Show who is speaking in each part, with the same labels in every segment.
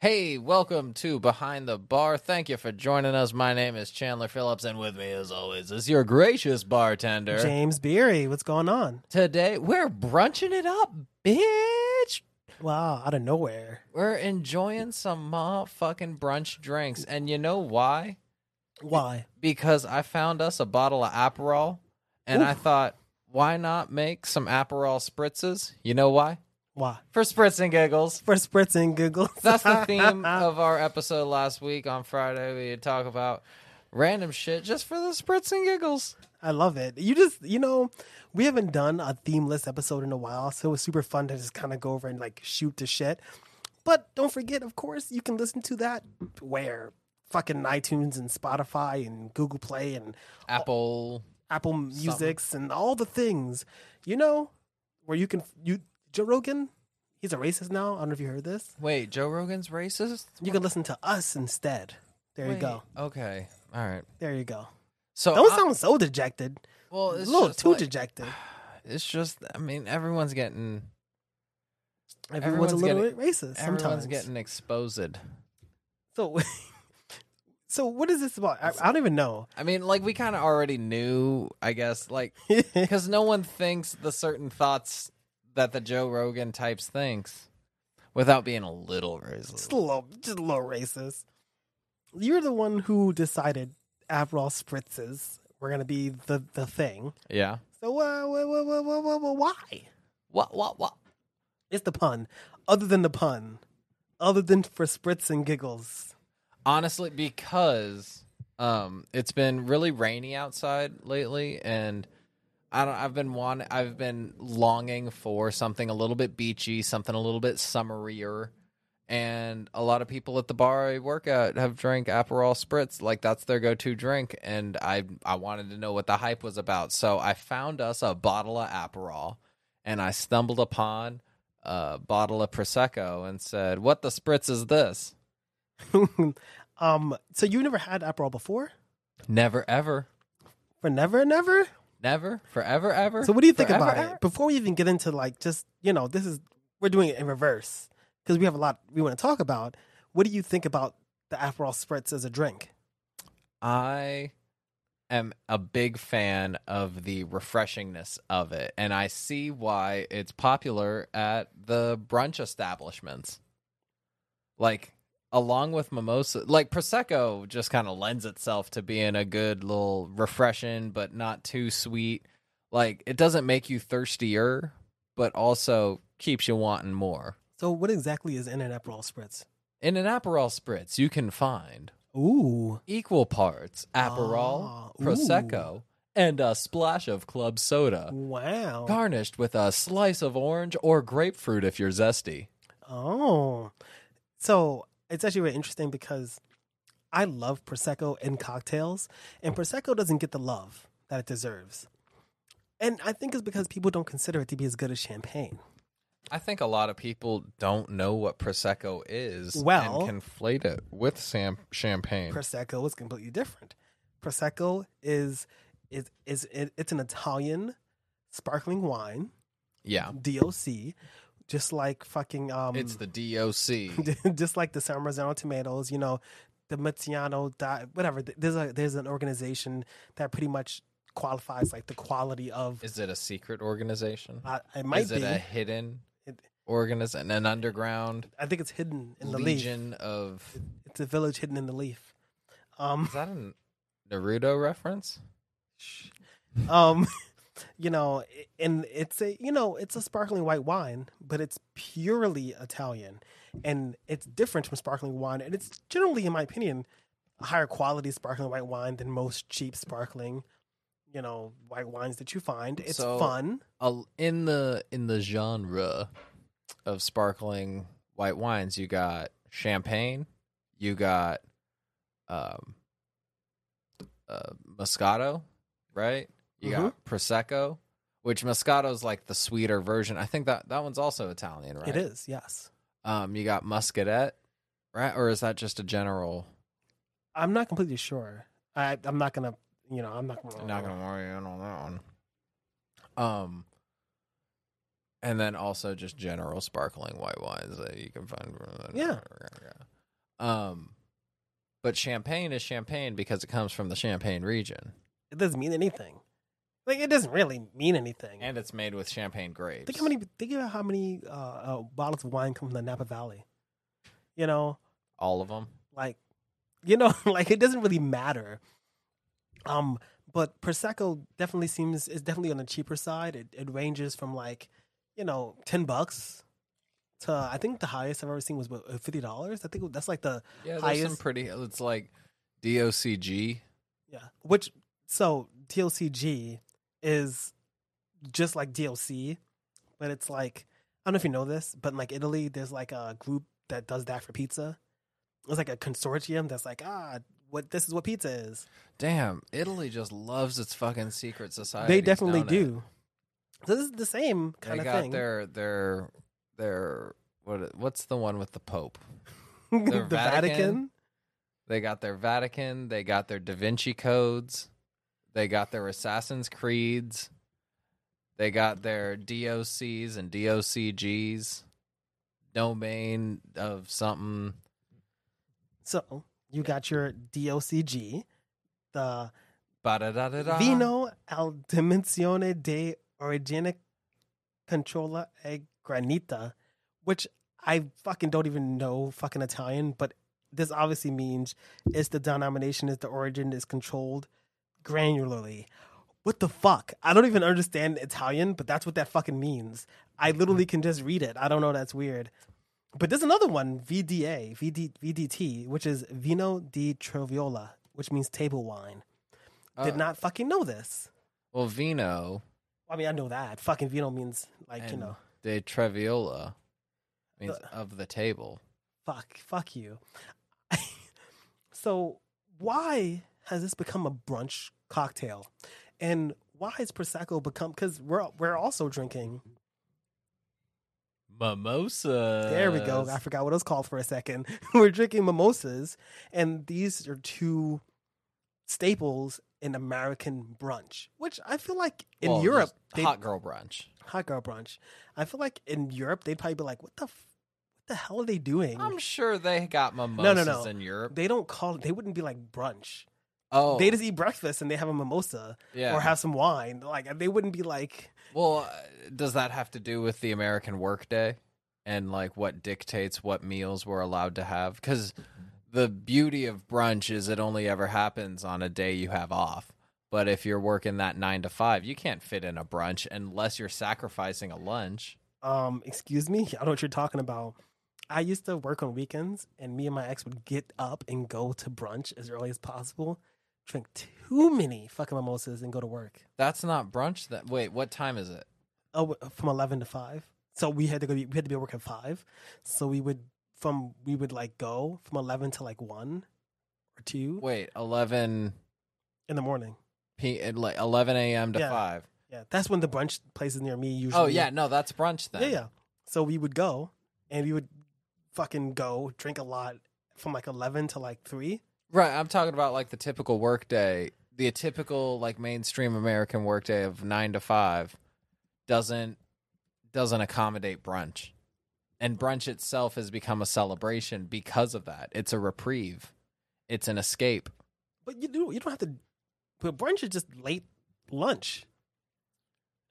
Speaker 1: Hey, welcome to Behind the Bar. Thank you for joining us. My name is Chandler Phillips, and with me, as always, is your gracious bartender.
Speaker 2: James Beery, what's going on?
Speaker 1: Today, we're brunching it up, bitch.
Speaker 2: Wow, out of nowhere.
Speaker 1: We're enjoying some motherfucking brunch drinks. And you know why?
Speaker 2: Why?
Speaker 1: Because I found us a bottle of Aperol, and I thought, why not make some Aperol spritzes? You know why?
Speaker 2: Why?
Speaker 1: For spritz and giggles.
Speaker 2: For spritzing Google.
Speaker 1: That's the theme of our episode last week on Friday. We had talk about random shit just for the spritz and giggles.
Speaker 2: I love it. You just, you know, we haven't done a themeless episode in a while, so it was super fun to just kind of go over and like shoot the shit. But don't forget, of course, you can listen to that where fucking iTunes and Spotify and Google Play and
Speaker 1: Apple.
Speaker 2: Apple Music's and all the things, you know, where you can you Joe Rogan. He's a racist now. I don't know if you heard this.
Speaker 1: Wait, Joe Rogan's racist?
Speaker 2: You can listen to us instead. There you go.
Speaker 1: Okay. All right.
Speaker 2: There you go.
Speaker 1: So
Speaker 2: Don't
Speaker 1: I-
Speaker 2: sound so dejected.
Speaker 1: well,
Speaker 2: A
Speaker 1: it's
Speaker 2: little
Speaker 1: just
Speaker 2: too
Speaker 1: like-
Speaker 2: dejected.
Speaker 1: It's just I mean everyone's getting
Speaker 2: Everyone's, a
Speaker 1: everyone's
Speaker 2: little
Speaker 1: getting-
Speaker 2: bit racist sometimes.
Speaker 1: everyone's getting exposed.
Speaker 2: So, so what is this about? I, I don't even know.
Speaker 1: I mean, like we kind of already knew, I guess, like
Speaker 2: yeah,
Speaker 1: because no one thinks the certain thoughts that the Joe Rogan types thinks without being a little
Speaker 2: just
Speaker 1: racist.
Speaker 2: a little, just a little racist. You're the one who decided Aperol spritzes were gonna be the the thing.
Speaker 1: Yeah.
Speaker 2: So uh, wha- wha- wha- wha- wha- wha- why?
Speaker 1: What? What? What?
Speaker 2: It's the pun. Other than the pun, other than for spritz and giggles.
Speaker 1: honestly because um it's been really rainy outside lately and i don't i've been want i've been longing for something a little bit beachy something a little bit summerier and a lot of people at the bar I work at have drank Aperol spritz like that's their go-to drink and I I wanted to know what the hype was about so I found us a bottle of Aperol and I stumbled upon a bottle of prosecco and said what the spritz is this
Speaker 2: um. So you never had Aperol before?
Speaker 1: never ever
Speaker 2: For never, never.
Speaker 1: Never, forever, ever.
Speaker 2: So what do you think
Speaker 1: Forever,
Speaker 2: about
Speaker 1: ever?
Speaker 2: it? Before we even get into like just you know this is we're doing it in reverse because we have a lot we want to talk about. What do you think about the Aperol spritz as a drink?
Speaker 1: I am a big fan of the refreshingness of it, and I see why it's popular at the brunch establishments. Like, along with mimosa, like prosecco, just kind of lends itself to being a good little refreshing, but not too sweet. Like, it doesn't make you thirstier, but also keeps you wanting more.
Speaker 2: So what exactly is in an Aperol spritz?
Speaker 1: In an Aperol spritz, you can find
Speaker 2: Ooh,
Speaker 1: equal parts Aperol,
Speaker 2: Ah, ooh.
Speaker 1: Prosecco, and a splash of club soda,
Speaker 2: wow.
Speaker 1: garnished with a slice of orange or grapefruit if you're zesty.
Speaker 2: Oh, so it's actually really interesting because I love prosecco in cocktails, and prosecco doesn't get the love that it deserves. And I think it's because people don't consider it to be as good as champagne.
Speaker 1: I think a lot of people don't know what Prosecco is
Speaker 2: Well-
Speaker 1: and conflate it with sam- champagne.
Speaker 2: prosecco is completely different. Prosecco is is is it, it's an Italian sparkling wine,
Speaker 1: yeah.
Speaker 2: DOC, just like fucking um,
Speaker 1: It's the DOC.
Speaker 2: just like the San Marzano tomatoes. You know, the Mezziano di- whatever. Th- There's a there's an organization that pretty much qualifies like the quality of.
Speaker 1: is it a secret organization?
Speaker 2: I Uh, it might
Speaker 1: is
Speaker 2: be.
Speaker 1: it a hidden
Speaker 2: It-
Speaker 1: organization, an underground
Speaker 2: I think it's hidden in the leaf.
Speaker 1: legion of.
Speaker 2: It's a village hidden in the leaf. Um,
Speaker 1: Is that a Naruto reference?
Speaker 2: um you know i- and it's a you know it's a sparkling white wine but it's purely italian and it's different from sparkling wine and it's generally in my opinion a higher quality sparkling white wine than most cheap sparkling you know white wines that you find it's
Speaker 1: So-
Speaker 2: fun
Speaker 1: a- in the in the genre of sparkling white wines, you got champagne, you got um, uh, Moscato, right? You got
Speaker 2: Mm-hmm.
Speaker 1: prosecco, which Moscato is like the sweeter version. I think that that one's also Italian, right?
Speaker 2: it is yes
Speaker 1: Um, you got Muscadet, right? Or is that just a general?
Speaker 2: i'm not completely sure i i'm not gonna you know i'm not gonna,
Speaker 1: I'm not gonna worry in on that one. Um, and then also just general sparkling white wines that you can find.
Speaker 2: Yeah.
Speaker 1: Um, but champagne is champagne because it comes from the Champagne region,
Speaker 2: It doesn't mean anything. Like it doesn't really mean anything.
Speaker 1: and it's made with champagne grapes.
Speaker 2: Think how many. Think about how many uh, uh, bottles of wine come from the Napa Valley. You know,
Speaker 1: All of them.
Speaker 2: like, you know, like it doesn't really matter. Um, but prosecco definitely seems is definitely on the cheaper side. It it ranges from like, you know, ten bucks to I think the highest I've ever seen was what, uh, fifty dollars. I think that's like the
Speaker 1: Yeah, there's some
Speaker 2: Highest-
Speaker 1: pretty. It's like DOCG.
Speaker 2: Yeah. Which so DLCG is just like DLC, but it's like I don't know if you know this, but in like Italy, there's like a group that does that for pizza. It's like a consortium that's like, ah, what this is what pizza is.
Speaker 1: Damn, Italy just loves its fucking secret society.
Speaker 2: they definitely do. So this is the same
Speaker 1: They
Speaker 2: kind of
Speaker 1: got
Speaker 2: thing.
Speaker 1: their their their what what's the one with the Pope?
Speaker 2: the
Speaker 1: Vatican. They got their Vatican. They got their Da Vinci codes. They got their Assassin's Creeds. They got their DOCs and DOCGs. Domain of something.
Speaker 2: So you got your DLCG, the
Speaker 1: Ba-da-da-da-da.
Speaker 2: Vino al dimensione de origine controlla e granita, which I fucking don't even know fucking Italian, but this obviously means it's the denomination, is the origin is controlled granularly. What the fuck? I don't even understand Italian, but that's what that fucking means. I literally can just read it. I don't know. That's weird. But there's another one, VDA, VD, VDT, which is Vino di Troviola, which means table wine
Speaker 1: Uh,
Speaker 2: did not fucking know this.
Speaker 1: Well, Vino
Speaker 2: I mean, I know that. Fucking vino means like you
Speaker 1: and
Speaker 2: know,
Speaker 1: de Treviola means
Speaker 2: Uh,
Speaker 1: of the table.
Speaker 2: fuck, fuck you. so why has this become a brunch cocktail, and why has prosecco become? Because we're we're also drinking.
Speaker 1: Mimosa.
Speaker 2: There we go. I forgot what it was called for a second. we're drinking mimosas, and these are two staples in American brunch, which I feel like in
Speaker 1: Well,
Speaker 2: Europe,
Speaker 1: just
Speaker 2: they-
Speaker 1: hot girl brunch.
Speaker 2: hot girl brunch. I feel like in Europe they'd probably be like, "What the, f- what the hell are they doing?"
Speaker 1: I'm sure they got mimosas
Speaker 2: no, no.
Speaker 1: in Europe.
Speaker 2: they don't call it. They wouldn't be like brunch.
Speaker 1: oh,
Speaker 2: They just eat breakfast and they have a mimosa
Speaker 1: yeah.
Speaker 2: or have some wine. Like they wouldn't be like,
Speaker 1: Well, uh, does that have to do with the American workday and like what dictates what meals we're allowed to have? Because the beauty of brunch is it only ever happens on a day you have off. But if you're working that nine to five, you can't fit in a brunch unless you're sacrificing a lunch.
Speaker 2: um, "Excuse me, I don't know what you're talking about." I used to work on weekends, and me and my ex would get up and go to brunch as early as possible, drink too many fucking mimosas, and go to work.
Speaker 1: That's not brunch. That wait, what time is it?
Speaker 2: Oh, from eleven to five. So we had to go. We had to be at work at five. So we would from we would like go from eleven to like one or two
Speaker 1: Wait, eleven
Speaker 2: in the morning.
Speaker 1: p at, like eleven a.m. to
Speaker 2: Yeah.
Speaker 1: five.
Speaker 2: Yeah, that's when the brunch places near me usually.
Speaker 1: Oh yeah, no, that's brunch then.
Speaker 2: yeah, yeah. So we would go and we would fucking go drink a lot from like eleven to like three.
Speaker 1: Right, I'm talking about like the typical workday, the typical like mainstream American workday of 9 to 5 doesn't doesn't accommodate brunch. And brunch itself has become a celebration because of that. It's a reprieve. It's an escape.
Speaker 2: But you do you don't have to. But brunch is just late lunch.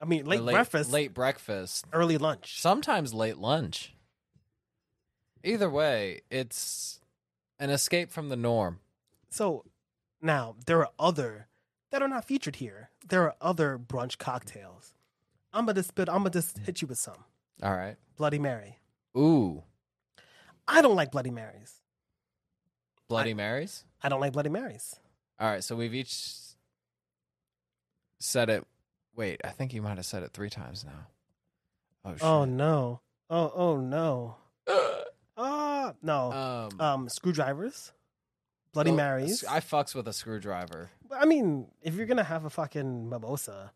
Speaker 2: I mean,
Speaker 1: A
Speaker 2: late, breakfast,
Speaker 1: late breakfast,
Speaker 2: early lunch.
Speaker 1: sometimes late lunch. Either way, it's an escape from the norm.
Speaker 2: So now there are other that are not featured here. There are other brunch cocktails. I'm gonna spit. I'm gonna just hit you with some
Speaker 1: All right.
Speaker 2: Bloody Mary.
Speaker 1: Ooh,
Speaker 2: I don't like Bloody Marys.
Speaker 1: Bloody Marys?
Speaker 2: I don't like Bloody Marys.
Speaker 1: All right, so we've each said it. Wait, I think you might have said it three times now. Oh shit.
Speaker 2: Oh no. Oh oh no. Ah no.
Speaker 1: um,
Speaker 2: um, screwdrivers. Bloody
Speaker 1: well,
Speaker 2: Marys.
Speaker 1: I
Speaker 2: I,
Speaker 1: fucks with a screwdriver.
Speaker 2: mean, if you're gonna have a fucking mimosa,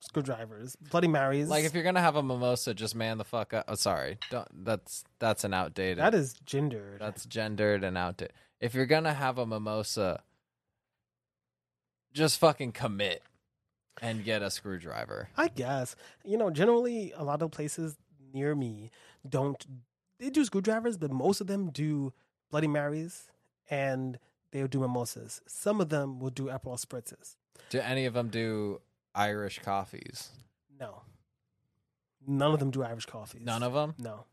Speaker 2: screwdrivers, Bloody Marys.
Speaker 1: Like if you're gonna have a mimosa, just man the fuck up. Oh, sorry, don't. That's that's an outdated.
Speaker 2: that is gendered.
Speaker 1: that's gendered and outdated. If you're gonna have a mimosa, just fucking commit and get a screwdriver.
Speaker 2: I guess. You know, generally a lot of places near me don't they do screwdrivers, but most of them do Bloody Marys, and they'll do mimosas. Some of them will do Aperol spritzes.
Speaker 1: Do any of them do Irish coffees?
Speaker 2: No, none of them do Irish coffees.
Speaker 1: None of them.
Speaker 2: no.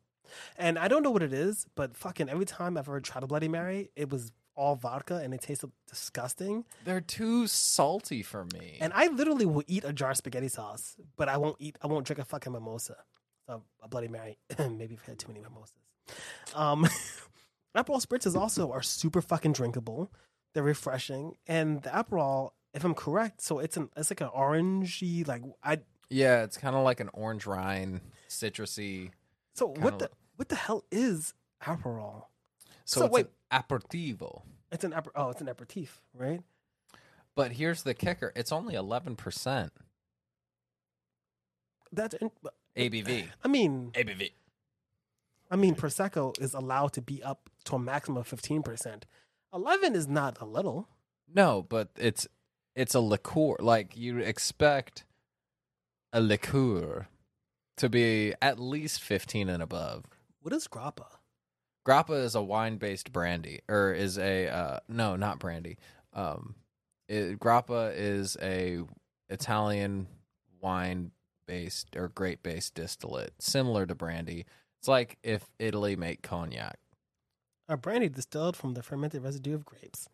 Speaker 2: And I don't know what it is, but fucking every time I've ever tried a Bloody Mary, it was all vodka and it tasted disgusting.
Speaker 1: They're too salty for me.
Speaker 2: And I literally will eat a jar of spaghetti sauce, but I won't eat. I won't drink a fucking mimosa, a, a Bloody Mary. Maybe I've had too many mimosas. Um, Aperol spritzes also are super fucking drinkable. They're refreshing, and the Aperol, if I'm correct, so it's an it's like an orangey like I.
Speaker 1: yeah, it's kind of like an orange rind, citrusy.
Speaker 2: So
Speaker 1: Kinda
Speaker 2: what the
Speaker 1: like-
Speaker 2: what the hell is Aperol?
Speaker 1: So,
Speaker 2: So
Speaker 1: it's
Speaker 2: wait-
Speaker 1: an aperitivo.
Speaker 2: It's an aper- oh, it's an aperitif, right?
Speaker 1: But here's the kicker: it's only eleven percent
Speaker 2: That's in-
Speaker 1: ABV.
Speaker 2: I mean
Speaker 1: ABV.
Speaker 2: I mean prosecco is allowed to be up to a maximum of fifteen percent. Eleven is not a little.
Speaker 1: No, but it's it's a liqueur. Like you expect a liqueur to be at least fifteen and above.
Speaker 2: What is grappa?
Speaker 1: Grappa is a wine-based brandy, or is a uh, no, not brandy. Um, it, grappa is a Italian wine-based or grape-based distillate, similar to brandy. It's like if Italy make cognac.
Speaker 2: A brandy distilled from the fermented residue of grapes.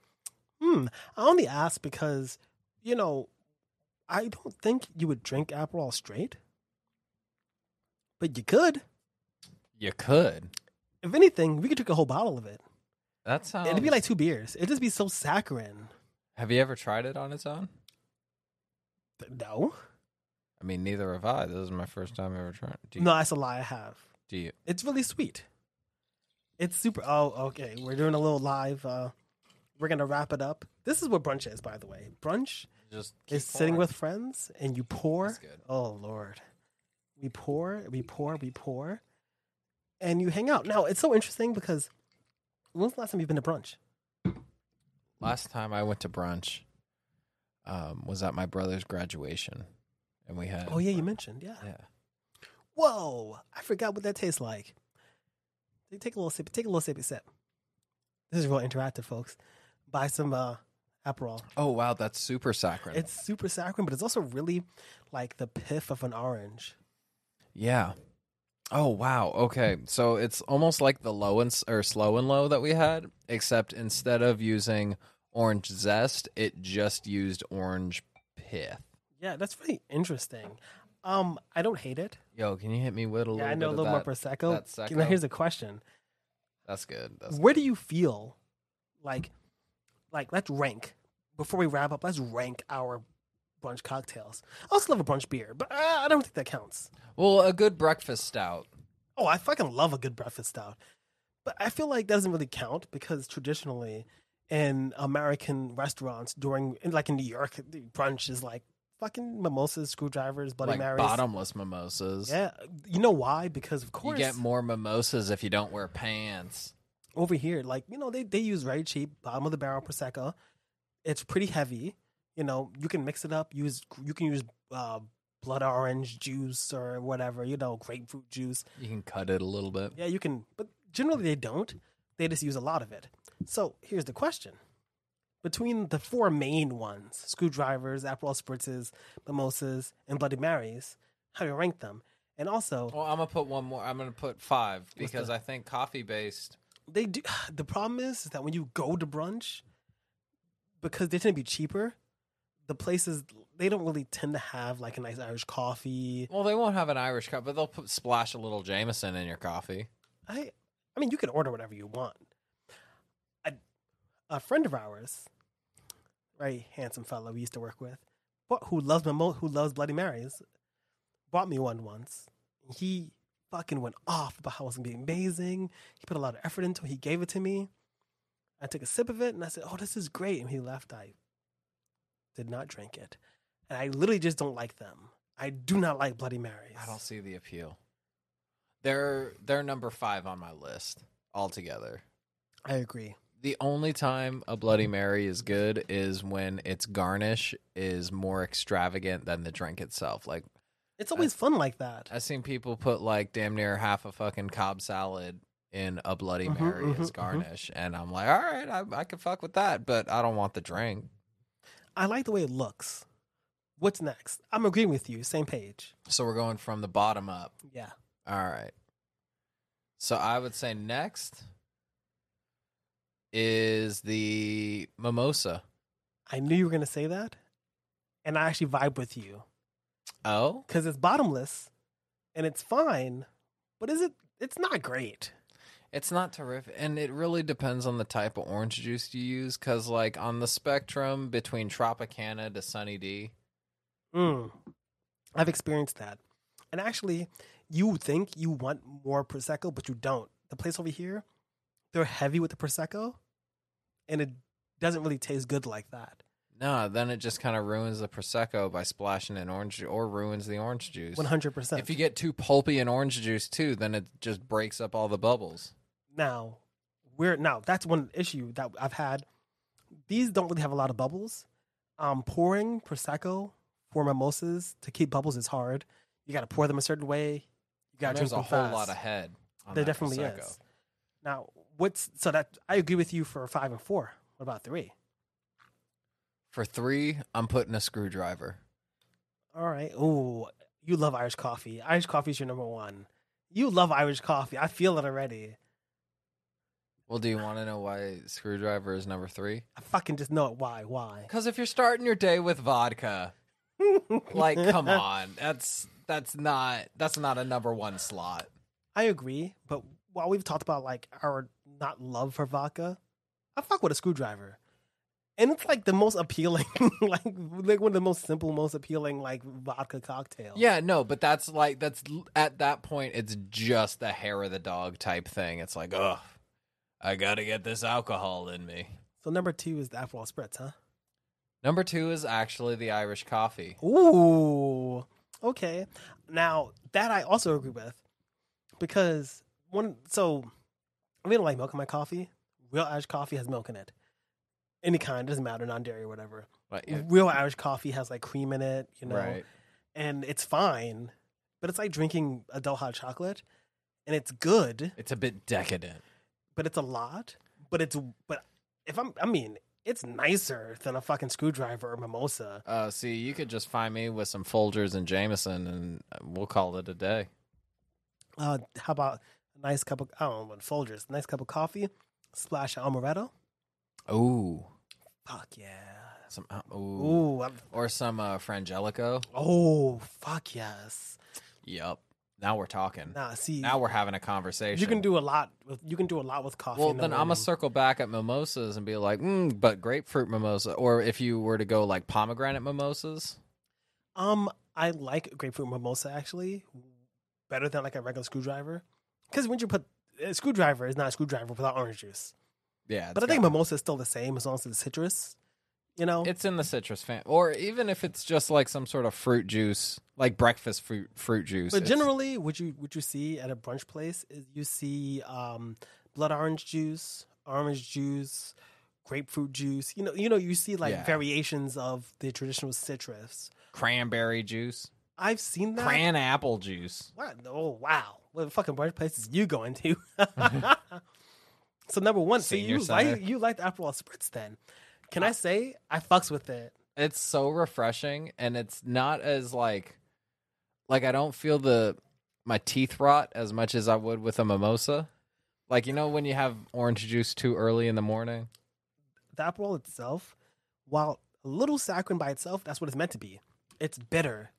Speaker 2: Hmm. I only ask because, you know, I don't think you would drink Aperol straight. But you could.
Speaker 1: You could.
Speaker 2: If anything, we could drink a whole bottle of it.
Speaker 1: That sounds.
Speaker 2: It'd be like two beers. It'd just be so saccharine.
Speaker 1: Have you ever tried it on its own?
Speaker 2: Th- No.
Speaker 1: I mean, neither have I. This is my first time ever trying. Do you,
Speaker 2: No, that's a lie I have.
Speaker 1: Do you?
Speaker 2: It's really sweet. It's super. Oh, okay. We're doing a little live. Uh, we're gonna wrap it up. This is what brunch is, by the way. Brunch
Speaker 1: Just keep
Speaker 2: is sitting
Speaker 1: pouring.
Speaker 2: with friends and you pour.
Speaker 1: That's good.
Speaker 2: Oh Lord, we pour, we pour, we pour, and you hang out. Now it's so interesting because when's the last time you've been to brunch?
Speaker 1: Last time I went to brunch, um, was at my brother's graduation, and we had.
Speaker 2: Oh yeah, you mentioned yeah.
Speaker 1: Yeah.
Speaker 2: Whoa, I forgot what that tastes like. Take- Take a little sip. Take a little sippy sip. This is real interactive, folks. Buy some uh, Aperol.
Speaker 1: Oh wow, that's super saccharine.
Speaker 2: It's super saccharine, but it's also really like the pith of an orange.
Speaker 1: yeah. Oh wow. Okay, so it's almost like the low and s- or slow and low that we had, except instead of using orange zest, it just used orange pith.
Speaker 2: Yeah, that's really interesting. Um, I don't hate it.
Speaker 1: Yo, can you hit me with a little?
Speaker 2: Yeah, I know a
Speaker 1: bit of
Speaker 2: little
Speaker 1: that?
Speaker 2: more prosecco.
Speaker 1: that
Speaker 2: Now
Speaker 1: Secco.
Speaker 2: here's a question.
Speaker 1: That's good. That's
Speaker 2: where do you feel like like let's rank before we wrap up let's rank our brunch cocktails i also love a brunch beer but uh, i don't think that counts
Speaker 1: Well, a good breakfast stout.
Speaker 2: oh i fucking love a good breakfast stout but i feel like that doesn't really count because traditionally in american restaurants during in, like in new york the brunch is like fucking mimosas screwdrivers bloody
Speaker 1: like
Speaker 2: marys
Speaker 1: bottomless mimosas.
Speaker 2: yeah you know why because of
Speaker 1: You
Speaker 2: course
Speaker 1: get more mimosas if you don't wear pants.
Speaker 2: over here, like you know, they they use very cheap bottom of the barrel prosecco. It's pretty heavy. You know, you can mix it up. Use you can use uh, blood orange juice or whatever. You know, grapefruit juice.
Speaker 1: You can cut it a little bit.
Speaker 2: Yeah, you can. But generally, they don't. They just use a lot of it. So here's the question: between the four main ones, screwdrivers, Aperol spritzes, mimosas, and Bloody Marys, how do you rank them? And also,
Speaker 1: Well, I'm gonna put one more. I'm gonna put five because
Speaker 2: that?
Speaker 1: I think coffee based.
Speaker 2: they do. The problem is, is that when you go to brunch, because they tend to be cheaper, the places they don't really tend to have like a nice Irish coffee.
Speaker 1: Well, they won't have an Irish cup, but they'll put, splash a little Jameson in your coffee.
Speaker 2: I, I mean, you can order whatever you want. A, a friend of ours, very handsome fellow we used to work with, but who loves mimo- who loves Bloody Marys, bought me one once. He fucking went off about how it was gonna be amazing. He put a lot of effort into it. He gave it to me. I took a sip of it and I said, "Oh, this is great." And he left. I did not drink it, and I literally just don't like them. I do not like Bloody Marys.
Speaker 1: I don't see the appeal. They're they're number five on my list altogether.
Speaker 2: I agree.
Speaker 1: The only time a Bloody Mary is good is when its garnish is more extravagant than the drink itself. Like
Speaker 2: It's always fun like that.
Speaker 1: I've seen people put like damn near half a fucking cob salad in a Bloody
Speaker 2: Mhm,
Speaker 1: Mary
Speaker 2: mhm,
Speaker 1: as
Speaker 2: mhm.
Speaker 1: garnish, and I'm like, all right, I, I can fuck with that, but I don't want the drink.
Speaker 2: I like the way it looks. What's next? I'm agreeing with you. Same page.
Speaker 1: So we're going from the bottom up.
Speaker 2: Yeah.
Speaker 1: All right. So I would say next is the mimosa.
Speaker 2: I knew you were going to say that. And I actually vibe with you
Speaker 1: Oh,
Speaker 2: because it's bottomless and it's fine, but is it? It's not great.
Speaker 1: It's not terrific, and it really depends on the type of orange juice you use. Cause like on the spectrum between Tropicana to Sunny D,
Speaker 2: Mm. I've experienced that. And actually, you think you want more Prosecco, but you don't. The place over here, they're heavy with the Prosecco, and it doesn't really taste good like that.
Speaker 1: no, then it just kind of ruins the prosecco by splashing in orange, ju- or ruins the orange juice.
Speaker 2: 100%.
Speaker 1: If you get too pulpy in orange juice too, then it just breaks up all the bubbles.
Speaker 2: now, we're now that's one issue that I've had. These don't really have a lot of bubbles. Um, pouring Prosecco for mimosas to keep bubbles is hard. You got to pour them a certain way. You got
Speaker 1: And
Speaker 2: to
Speaker 1: there's
Speaker 2: drink
Speaker 1: a
Speaker 2: them
Speaker 1: whole
Speaker 2: fast.
Speaker 1: lot of head. On
Speaker 2: There
Speaker 1: that
Speaker 2: definitely
Speaker 1: prosecco.
Speaker 2: is. Now, what's so that I agree with you for five and four. What about three?
Speaker 1: For three, I'm putting a screwdriver.
Speaker 2: All right. Ooh, you love Irish coffee. Irish coffee is your number one. You love Irish coffee. I feel it already.
Speaker 1: Well, do you want to know why screwdriver is number three?
Speaker 2: I fucking just know it. Why? Why?
Speaker 1: Because if you're starting your day with vodka, like come on that's that's not that's not a number one slot
Speaker 2: I agree, but while we've talked about like our not love for vodka, I fuck with a screwdriver. And it's like the most appealing, like like one of the most simple, most appealing like vodka cocktails.
Speaker 1: yeah no but that's like that's l- at that point it's just the hair of the dog type thing it's like ugh i gotta get this alcohol in me
Speaker 2: So number two is the Aperol Spritz, huh?
Speaker 1: number two is actually the irish coffee
Speaker 2: Ooh. Okay. Now that I also agree with, because one, so I really don't like milk in my coffee. Real Irish coffee has milk in it, any kind doesn't matter, non dairy or whatever.
Speaker 1: Like, it-
Speaker 2: Real Irish coffee has like cream in it, you know,
Speaker 1: right
Speaker 2: and it's fine, but it's like drinking adult hot chocolate, and it's good,
Speaker 1: it's a bit decadent
Speaker 2: but it's a lot, but it's but if I'm, I mean, it's nicer than a fucking screwdriver or mimosa.
Speaker 1: uh see you could just find me with some folgers and jameson and uh, we'll call it a day
Speaker 2: Uh, how about a nice cup of I don't know what Folgers, a nice cup of coffee, splash of amaretto.
Speaker 1: ooh
Speaker 2: Fuck yeah.
Speaker 1: some uh, ooh.
Speaker 2: Ooh, I'm,
Speaker 1: or some uh frangelico
Speaker 2: oh fuck yes.
Speaker 1: yep now we're talking
Speaker 2: Nah, see,
Speaker 1: Now we're having a conversation.
Speaker 2: you can do a lot. With, you can do a lot with coffee.
Speaker 1: well.
Speaker 2: in the
Speaker 1: Then I'm gonna
Speaker 2: morning.
Speaker 1: circle back at mimosas and be like, mm, but grapefruit mimosa, or if you were to go like pomegranate mimosas,
Speaker 2: Um, I like grapefruit mimosa actually better than like a regular screwdriver because when you put a screwdriver is not a screwdriver without orange juice.
Speaker 1: yeah. it's
Speaker 2: But I think
Speaker 1: got-
Speaker 2: mimosa is still the same as long as it's citrus. You know,
Speaker 1: it's in the citrus fan, or even if it's just like some sort of fruit juice, like breakfast fruit fruit juice.
Speaker 2: But
Speaker 1: it's-
Speaker 2: generally, what you what you see at a brunch place is you see um, blood orange juice, orange juice, grapefruit juice. You know, you know, you see like
Speaker 1: Yeah.
Speaker 2: variations of the traditional citrus.
Speaker 1: cranberry juice,
Speaker 2: I've seen that.
Speaker 1: cran apple juice.
Speaker 2: what? Oh wow! What fucking brunch places you going to? so number one,
Speaker 1: Senior
Speaker 2: so you like
Speaker 1: center.
Speaker 2: you like the Aperol Spritz then? Can I say I fucks with it?
Speaker 1: It's so refreshing, and it's not as like, like I don't feel the my teeth rot as much as I would with a mimosa. Like you know when you have orange juice too early in the morning.
Speaker 2: the Aperol itself, while a little saccharine by itself, that's what it's meant to be. It's bitter.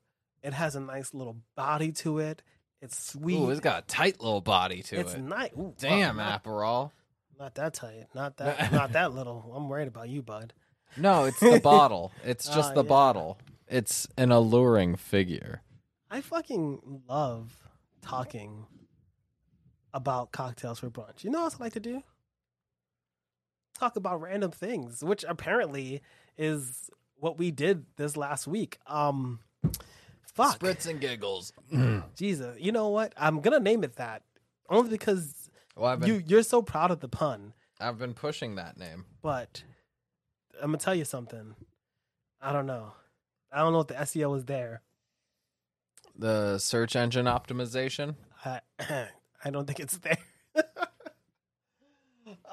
Speaker 2: It has a nice little body to it. It's sweet.
Speaker 1: Ooh, it's got a tight little body to
Speaker 2: it's
Speaker 1: it.
Speaker 2: nice. Ooh,
Speaker 1: Damn,
Speaker 2: wow, not,
Speaker 1: Aperol.
Speaker 2: not that tight. Not that. not that little. I'm worried about you, bud.
Speaker 1: No, it's the bottle. It's just
Speaker 2: Ah,
Speaker 1: the
Speaker 2: yeah.
Speaker 1: bottle. It's an alluring figure.
Speaker 2: I fucking love talking about cocktails for brunch. You know what else I like to do? Talk about random things, which apparently is what we did this last week. Um, fuck.
Speaker 1: Spritz and giggles.
Speaker 2: Jesus, you know what? I'm gonna name it that only because
Speaker 1: Well, I've been,
Speaker 2: you you're so proud of the pun.
Speaker 1: I've been pushing that name.
Speaker 2: But I'm gonna tell you something. I don't know. I don't know if the SEO was there.
Speaker 1: The search engine optimization.
Speaker 2: I I don't think it's there.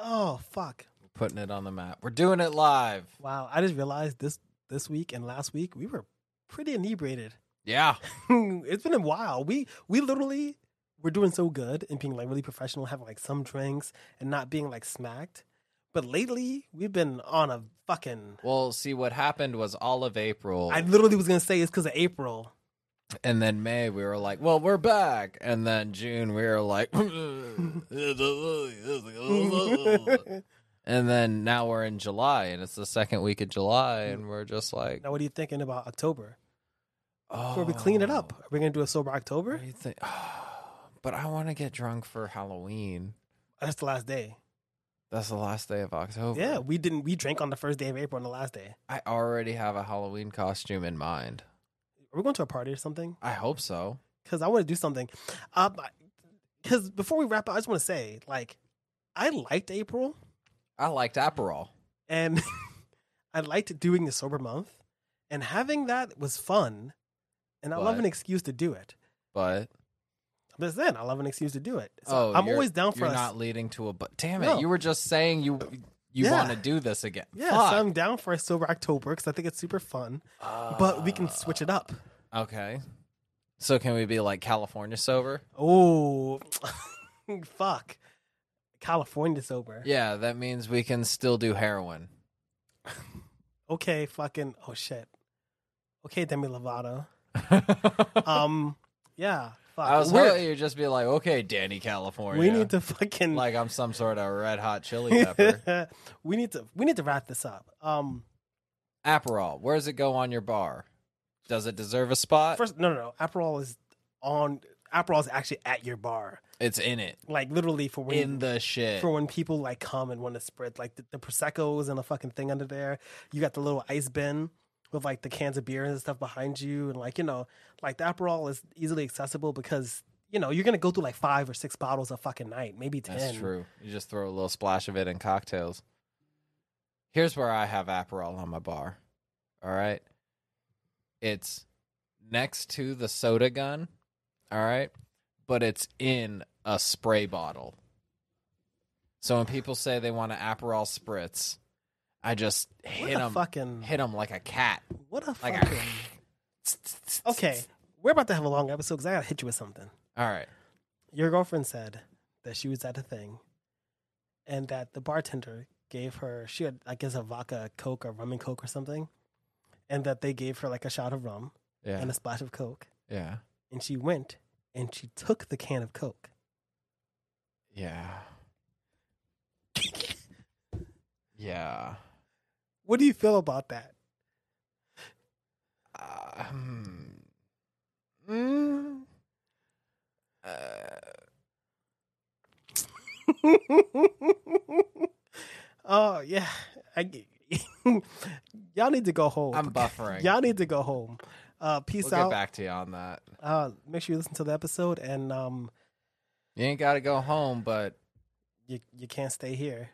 Speaker 2: Oh fuck!
Speaker 1: Putting it on the map. We're doing it live.
Speaker 2: Wow, I just realized this this week and last week we were pretty inebriated.
Speaker 1: Yeah.
Speaker 2: it's been a while. We we literally were doing so good and being like really professional, having like some drinks and not being like smacked. But lately, we've been on a fucking.
Speaker 1: Well, see what happened was all of April
Speaker 2: I literally was gonna say it's because of April.
Speaker 1: and then May we were like, "Well, we're back." And then June we were like And
Speaker 2: now,
Speaker 1: then now we're in July and it's the second week of July and we're just like,
Speaker 2: what are you thinking about October?
Speaker 1: "Oh,
Speaker 2: Before we clean it up, are we gonna do a sober
Speaker 1: What
Speaker 2: October?
Speaker 1: do you think? but I want to get drunk for Halloween.
Speaker 2: That's the last day.
Speaker 1: That's the last day of October.
Speaker 2: Yeah, we didn't. We drank on the first day of April on the last day.
Speaker 1: I already have a Halloween costume in mind.
Speaker 2: Are we going to a party or something?
Speaker 1: I hope so.
Speaker 2: because I want to do something. Because before we wrap up, I just want to say, like, I liked April
Speaker 1: I liked Aperol.
Speaker 2: and I liked doing the sober month, and having that was fun. And I love
Speaker 1: But-
Speaker 2: an excuse to do it.
Speaker 1: But
Speaker 2: I'm just saying, I love an excuse to do it.
Speaker 1: oh,
Speaker 2: So I'm
Speaker 1: you're-
Speaker 2: always down for
Speaker 1: You're
Speaker 2: us.
Speaker 1: not leading to a. But damn it,
Speaker 2: No.
Speaker 1: you were just saying you you
Speaker 2: Yeah.
Speaker 1: want to do this again.
Speaker 2: yeah,
Speaker 1: Fuck.
Speaker 2: so I'm down for a sober October because I think it's super fun. But we can switch it up.
Speaker 1: Ah. Okay. So can we be like California sober?
Speaker 2: Oh, fuck. California sober.
Speaker 1: Yeah, that means we can still do heroin.
Speaker 2: Okay, fucking. Oh shit. Okay, Demi Lovato. Um, yeah. Fuck.
Speaker 1: I was
Speaker 2: We're-
Speaker 1: hoping you'd just be like, okay, Danny California.
Speaker 2: we need to fucking
Speaker 1: like I'm some sort of red hot chili pepper.
Speaker 2: we need to we need to wrap this up. Um,
Speaker 1: Aperol, where does it go on your bar? Does it deserve a spot?
Speaker 2: first, no, no, no. Aperol is on. Aperol is actually at your bar,
Speaker 1: it's in it.
Speaker 2: like literally for when
Speaker 1: In the shit.
Speaker 2: for when people like come and want to spread like the, the proseccos and a fucking thing under there. You got the little ice bin with like the cans of beer and stuff behind you, and like you know, like the Aperol is easily accessible because you know you're gonna go through like five or six bottles a fucking night, maybe ten.
Speaker 1: That's true. You just throw a little splash of it in cocktails. Here's where I have Aperol on my bar. All right. It's next to the soda gun. All right. But it's in a spray bottle. So when people say they want an Aperol spritz, I just
Speaker 2: What
Speaker 1: hit
Speaker 2: a
Speaker 1: them,
Speaker 2: fucking
Speaker 1: hit them like a cat.
Speaker 2: what a
Speaker 1: Like a-
Speaker 2: fucking. Okay, we're about to have a long episode because I gotta hit you with something.
Speaker 1: All right.
Speaker 2: Your girlfriend said that she was at a thing, and that the bartender gave her she had I guess a vodka coke or rum and coke or something, and that they gave her like a shot of rum
Speaker 1: Yeah.
Speaker 2: and a splash of coke,
Speaker 1: Yeah.
Speaker 2: and she went and she took the can of coke.
Speaker 1: Yeah. Yeah.
Speaker 2: What do you feel about that?
Speaker 1: Uh, hmm. Mm. Uh,
Speaker 2: oh yeah, I, g- y'all need to go home.
Speaker 1: I'm buffering.
Speaker 2: Y'all need to go home. Uh,
Speaker 1: we'll
Speaker 2: peace
Speaker 1: get
Speaker 2: out.
Speaker 1: back to you on that.
Speaker 2: Uh, make sure you listen to the episode, and um,
Speaker 1: You ain't got to go home, but
Speaker 2: you you can't stay here.